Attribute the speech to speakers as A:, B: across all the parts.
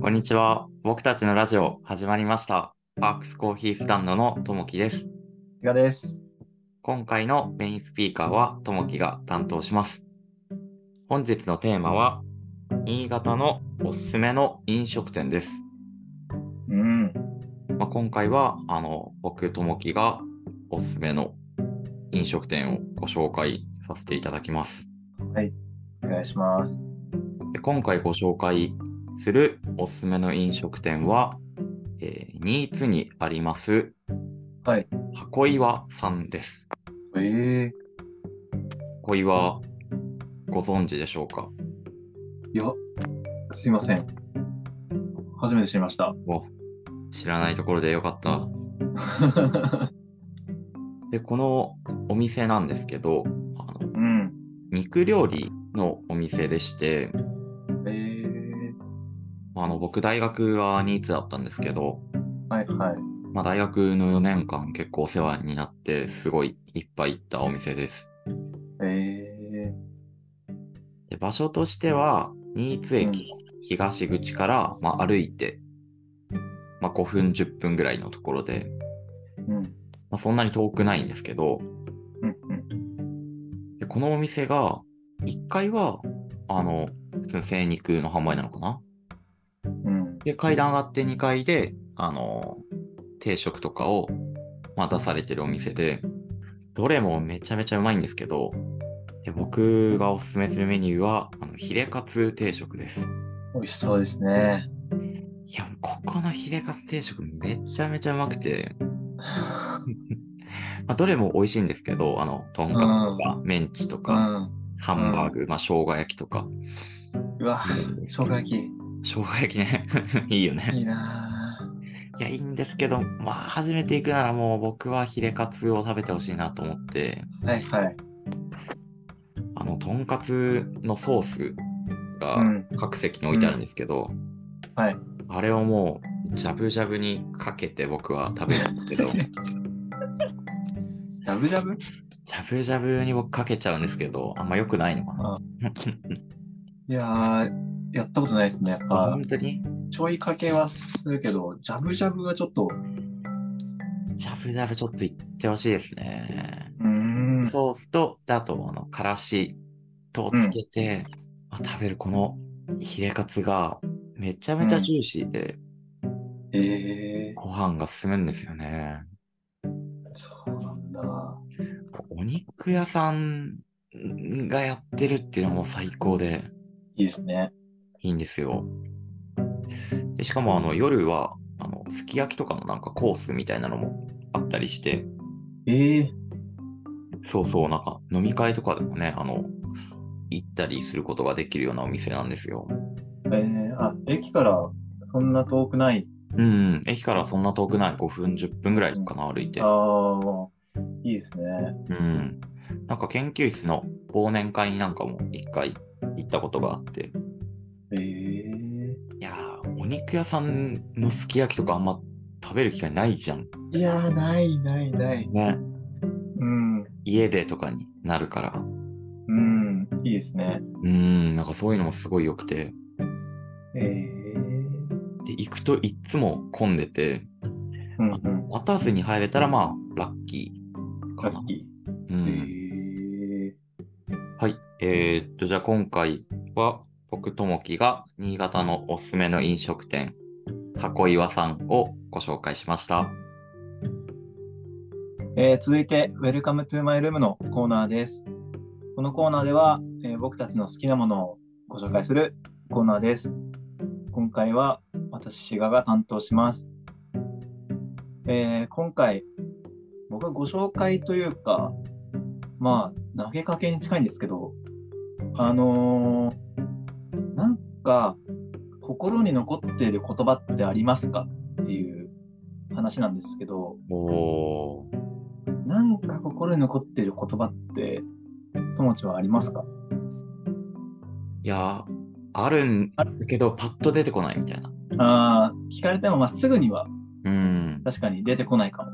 A: こんにちは。僕たちのラジオ始まりました。パークスコーヒースタンドのともきです。
B: いかがです。
A: 今回のメインスピーカーはともきが担当します。本日のテーマは、新潟のおすすめの飲食店です。
B: うん。
A: まあ、今回は、あの、僕ともきがおすすめの飲食店をご紹介させていただきます。
B: お願いします。
A: で今回ご紹介するおすすめの飲食店は、えー、新津にあります、
B: はい。
A: 箱岩さんです。
B: ええ
A: 箱岩、ご存知でしょうか
B: いや、すいません。初めて知りました。
A: 知らないところでよかった。で、このお店なんですけど、あの
B: うん。
A: 肉料理のお店でして、
B: ええ
A: あの僕大学は新津だったんですけど、
B: はいはい。
A: まあ、大学の4年間結構お世話になって、すごいいっぱい行ったお店です。
B: ええ
A: で場所としては新津駅東口から、まあ、歩いて、まあ、5分10分ぐらいのところで、
B: うん。
A: まあ、そんなに遠くないんですけど
B: うんうん。
A: でこのお店が1階はあの普通の精肉の販売なのかな
B: うん。
A: で階段上がって2階であの定食とかを、まあ、出されてるお店でどれもめちゃめちゃうまいんですけどで僕がおすすめするメニューはあのヒレカツ定食です
B: 美味しそうですね。
A: いや、ここのヒレカツ定食めちゃめちゃうまくて、まあ、どれも美味しいんですけど、あの、とんかつとか、メンチと
B: う
A: か、
B: ん。
A: ハンバーグ、まあ、生姜焼きとか、
B: うわ、生姜焼き。
A: 生姜焼きね、 いいよ
B: い
A: ね。
B: いなぁ
A: いや、いいんですけど、まあ、初めて行くならもう僕はヒレカツを食べてほしいなと思って、
B: はいはい。
A: あの、とんかつのソース
B: う
A: が
B: ん。
A: 各席に置いてあるんですけど、
B: はい。
A: あれをもう、ジャブジャブにかけて僕は食べるんですけ ど、
B: ジャブジャブ
A: ジャブジャブに僕かけちゃうんですけど、あんま良くないのかな。
B: いやー、やったことないですね。やっぱ
A: 本、当に
B: ちょいかけはするけど、ジャブジャブがちょっと、
A: ジャブジャブちょっといってほしいですね。
B: うーん。
A: ソースと、であと、あの、からしとつけて、まあ食べるこのヒレカツがめちゃめちゃジューシーで、
B: ええ
A: ご飯が進むんですよね。
B: そうなんだ。
A: お肉屋さんがやってるっていうのも最高で
B: いいですね。
A: いいんですよ。でしかも、あの、夜は、あの、すき焼きとかのなんかコースみたいなのもあったりして、
B: ええ
A: そうそう、なんか飲み会とかでもね、あの、行ったりすることができるようなお店なんですよ。
B: ええあ、駅からそんな遠くない。
A: うん、駅からそんな遠くない、5分、10分ぐらいかな、歩いて。
B: ああ、いいですね。
A: うん。なんか研究室の忘年会になんかも一回行ったことがあって、
B: ええ
A: いやー、お肉屋さんのすき焼きとかあんま食べる機会ないじゃん。
B: いやー、ないないない。
A: ね。
B: うん、
A: 家でとかになるから。
B: うん、いいですね。
A: うん、なんかそういうのもすごい良くて。
B: ええ
A: で、行くといっつも混んでて、
B: うんうん。
A: 待たずに入れたらまあ、ラッキーか
B: ラ
A: な
B: ッ。キ
A: う
B: ー。え
A: ん。
B: え
A: はい。えーっと、じゃあ今回は、僕ともきが新潟のおすすめの飲食店、箱岩さんをご紹介しました。
B: えー続いて、Welcome to my room のコーナーです。このコーナーでは、えー僕たちの好きなものをご紹介するコーナーです。今回は私、志賀が担当します。えー今回、僕はご紹介というか、まあ、投げかけに近いんですけど、あのーなんか、心に残っている言葉ってありますかっていう話なんですけど、
A: おー。
B: なんか心に残っている言葉って、ともちはありますか
A: いやー、あるんだけど、パッと出てこないみたいな。
B: ああ、聞かれてもまっすぐには
A: うん。
B: 確かに出てこないかも。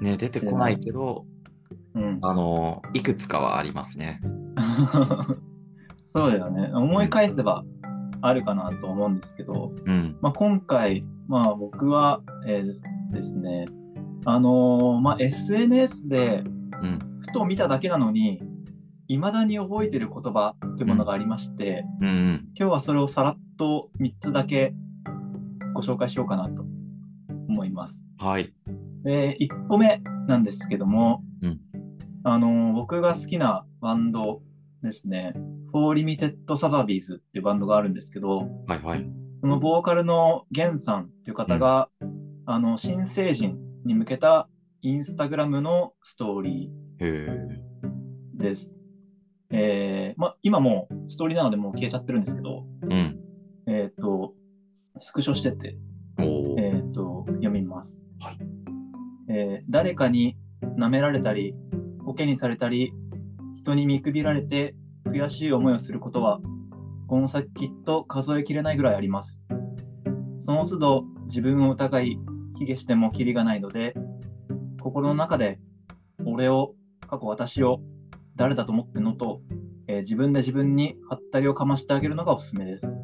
A: ね、出てこないけど、
B: うん。
A: あのーいくつかはありますね。
B: そうだよね。思い返せば、あるかなと思うんですけど、
A: うん。
B: まあ、今回、まあ、僕は、えーですね、あのーまあ、SNS で
A: うん。
B: ふと見ただけなのに、いまだに覚えてる言葉というものがありまして、
A: うんうん。
B: 今日はそれをさらっと3つだけご紹介しようかなと思います。
A: はい。
B: で1個目なんですけども、
A: うん
B: あの僕が好きなバンドですね「フォーリミテッド・サザビーズ」っていうバンドがあるんですけど
A: はいはい。
B: そのボーカルのゲンさんっていう方が、あの新成人に向けたインスタグラムのストーリ
A: へえ。
B: ーです。えーま、今もうストーリーなのでもう消えちゃってるんですけど、
A: うん。
B: えっとスクショしてて
A: おお。
B: えー、と読みます、
A: はい
B: えー誰かに舐められたり、ボケにされたり、人に見くびられて悔しい思いをすることは、この先きっと数えきれないぐらいあります。その都度自分を疑い、卑下してもキリがないので、心の中で、俺を、過去私を、誰だと思ってんのと、えー自分で自分にハったりをかましてあげるのがおすすめです。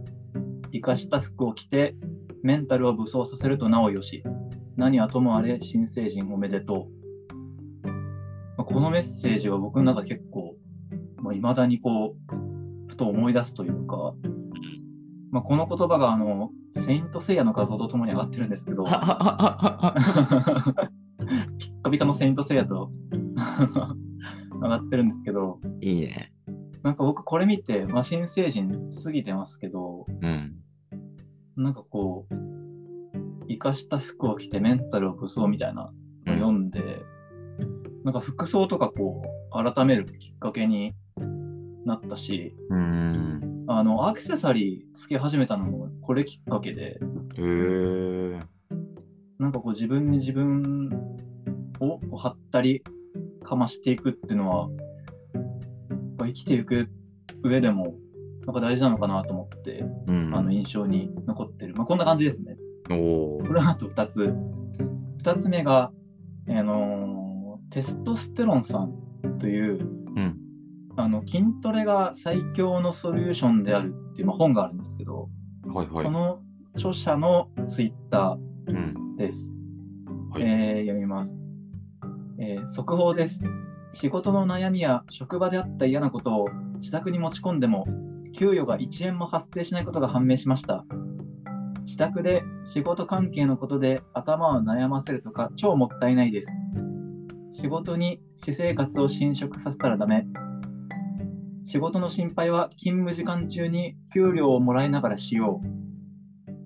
B: 生かした服を着て、メンタルを武装させるとなおよし。何はともあれ、新成人おめでとう。まあこのメッセージは僕の中で結構、まあ、未だにこう、ふと思い出すというか、まあ、この言葉があの、セイントセイヤの画像とともに上がってるんですけ ど、
A: は
B: ピッカピカのセイントセイヤと上がってるんですけど、
A: いいね。
B: なんか僕これ見て、まあ、新成人過ぎてますけど、
A: うん。
B: なんかこう、生かした服を着てメンタルを武装みたいなのを読んで、なんか服装とかこう、改めるきっかけになったし、
A: うーん。
B: あの、アクセサリーつけ始めたのもこれきっかけで、
A: へえ。
B: なんかこう自分に自分をこう張ったりかましていくっていうのは、やっぱ生きていく上でも、なんか大事なのかなと思って、
A: うん。
B: あの印象に残ってる。まあ、こんな感じですね。
A: おお
B: こ。れはあと2つ。2つ目が、あのーテストステロンさんという、
A: ん
B: あの筋トレが最強のソリューションであるっていう、まあ、本があるんですけど、
A: はいはい
B: そ。の著者のツイッタ
A: うん。
B: ーです。
A: はい
B: えー読みます、えー速報です。仕事の悩みや職場であった嫌なことを自宅に持ち込んでも給与が1円も発生しないことが判明しました。自宅で仕事関係のことで頭を悩ませるとか超もったいないです。仕事に私生活を侵食させたらダメ。仕事の心配は勤務時間中に給料をもらいながらしよう。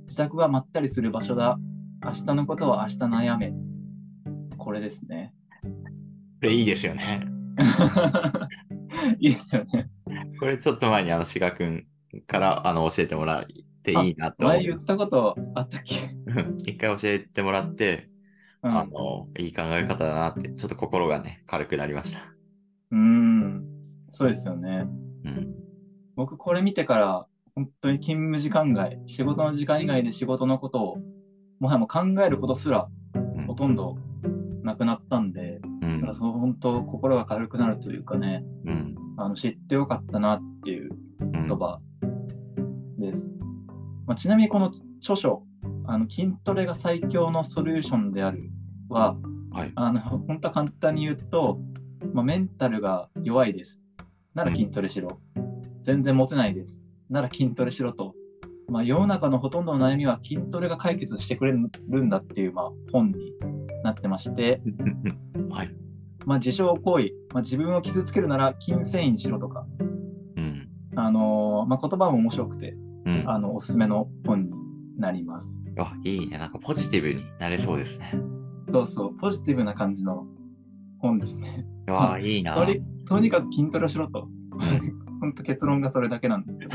B: 自宅はまったりする場所だ。明日のことは明日悩め。これですね。
A: これいいですよね。
B: いいですよね。
A: これちょっと前にあの志賀くんからあの教えてもらっていいなと思
B: 前
A: い
B: 言っ
A: ました
B: ことあったっけ、
A: た。うん 一回教えてもらって、
B: う
A: あ
B: ん、
A: の、いい考え方だなって、ちょっと心がね、軽くなりました。
B: うん。そうですよね。
A: うん。
B: 僕これ見てから本当に勤務時間外仕事の時間以外で仕事のことをもはやもう考えることすら
A: ん
B: ほとんどなくなったんで、
A: う
B: だから
A: ん。
B: そう本当心が軽くなるというかね
A: うん。
B: あの知ってよかったなっていう
A: うん
B: 言葉です、まあ、ちなみにこの著書あの筋トレが最強のソリューションであるは、
A: はい
B: あの本当は簡単に言うと、まあ、メンタルが弱いですなら筋トレしろ、全然モテないですなら筋トレしろと、まあ、世の中のほとんどの悩みは筋トレが解決してくれるんだっていう、まあ、本になってまして、
A: はい。
B: まあ、自傷行為、まあ、自分を傷つけるなら筋繊維にしろとか、
A: うん。
B: あのーまあ、言葉も面白くて
A: うん。
B: あのおすすめの本になります。
A: あ、いいね。なんかポジティブになれそうですね。
B: そうそう、ポジティブな感じの本ですね。
A: わあ、いいな。
B: とりとにかく筋トレしろと。
A: うん
B: 本当結論がそれだけな んですけど。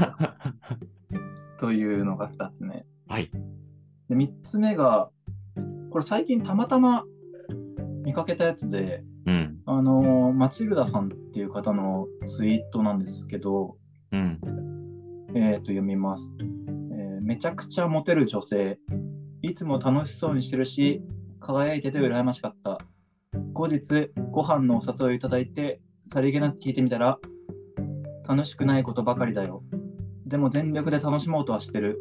B: というのが2つ目。
A: はい。
B: で3つ目が、これ最近たまたま見かけたやつで、
A: うん。
B: あのーマチルダさんっていう方のツイートなんですけど、
A: うん。
B: えー、と読みます、えーめちゃくちゃモテる女性。いつも楽しそうにしてるし、輝いてて羨ましかった。後日、ご飯のお誘いをいただいて、さりげなく聞いてみたら、楽しくないことばかりだよ。でも全力で楽しもうとはしてる。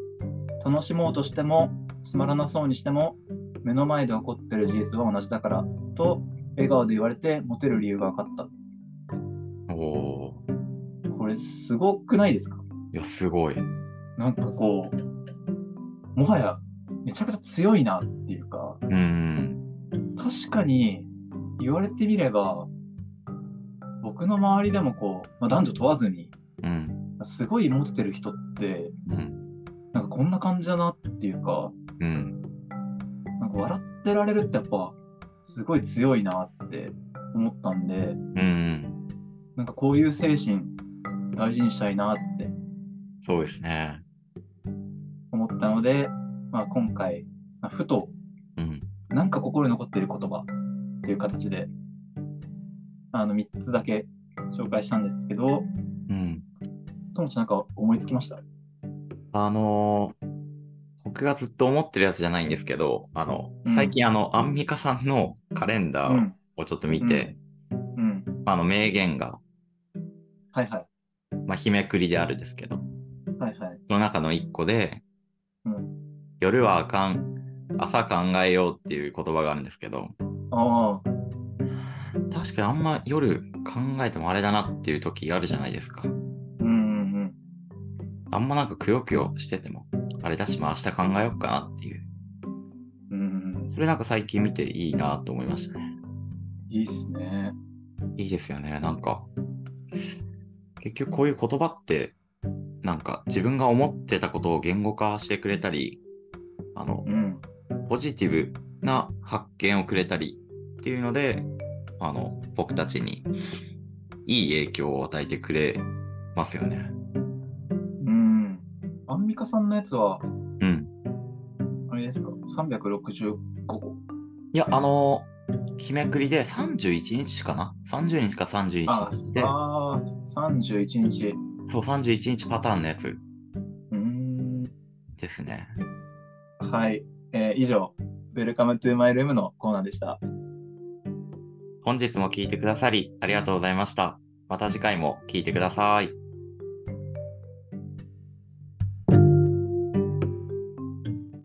B: 楽しもうとしても、つまらなそうにしても、目の前で起こってる事実は同じだから、と笑顔で言われてモテる理由が分かっ
A: おお
B: た。これすごくないですか
A: ーいや、すごい。
B: なんかこう、もはやめちゃくちゃ強いなっていうか、
A: うん。
B: 確かに言われてみれば、僕の周りでもこう、まあ、男女問わずに、
A: うん。
B: すごいモテてる人って、
A: うん。
B: なんかこんな感じだなっていうか、
A: うん。
B: なんか笑ってられるってやっぱ、すごい強いなって思ったんで、
A: うん。
B: なんかこういう精神大事にしたいなって
A: そうですね。
B: 思ったので、まあ、今回、まあふと
A: うん。
B: なんか心に残っている言葉っていう形で、あの、3つだけ紹介したんですけど、
A: うん。
B: ともちなんか思いつきました
A: あのー僕がずっと思ってるやつじゃないんですけど、あの、
B: うん
A: 最近あの、アンミカさんのカレンダ
B: う
A: ー
B: ん。
A: をちょっと見て、
B: うん。
A: あの、名言が、
B: はいはい。
A: まあ、日めくりであるですけど、
B: はいはい。
A: その中の一個で、
B: うん。
A: 夜はあかん、朝考えようっていう言葉があるんですけど、
B: ああ、
A: 確かにあんま夜考えてもあれだなっていう時あるじゃないですか。
B: うんうんうん。
A: あんまなんかくよくよしてても、あれだし、まあ明日考えようかなっていう。
B: うんうん、
A: それなんか最近見ていいなと思いましたね。
B: いいっすね。
A: いいですよね。なんか、結局こういう言葉って、なんか自分が思ってたことを言語化してくれたり、あの、
B: うん。
A: ポジティブな発見をくれたりっていうので、あの、僕たちにいい影響を与えてくれますよね。
B: うん。アンミカさんのやつは、
A: うん。
B: あれですか ?365 個。
A: いや、あの、日めくりで31日かな ?30 日か31
B: あ
A: 日で、
B: ああ、31日。
A: そう、31日パターンのやつ
B: うーん。
A: ですね。
B: はい。えー以上、Welcome to my room のコーナーでした。
A: 本日も聞いてくださりありがとうございました。また次回も聞いてください。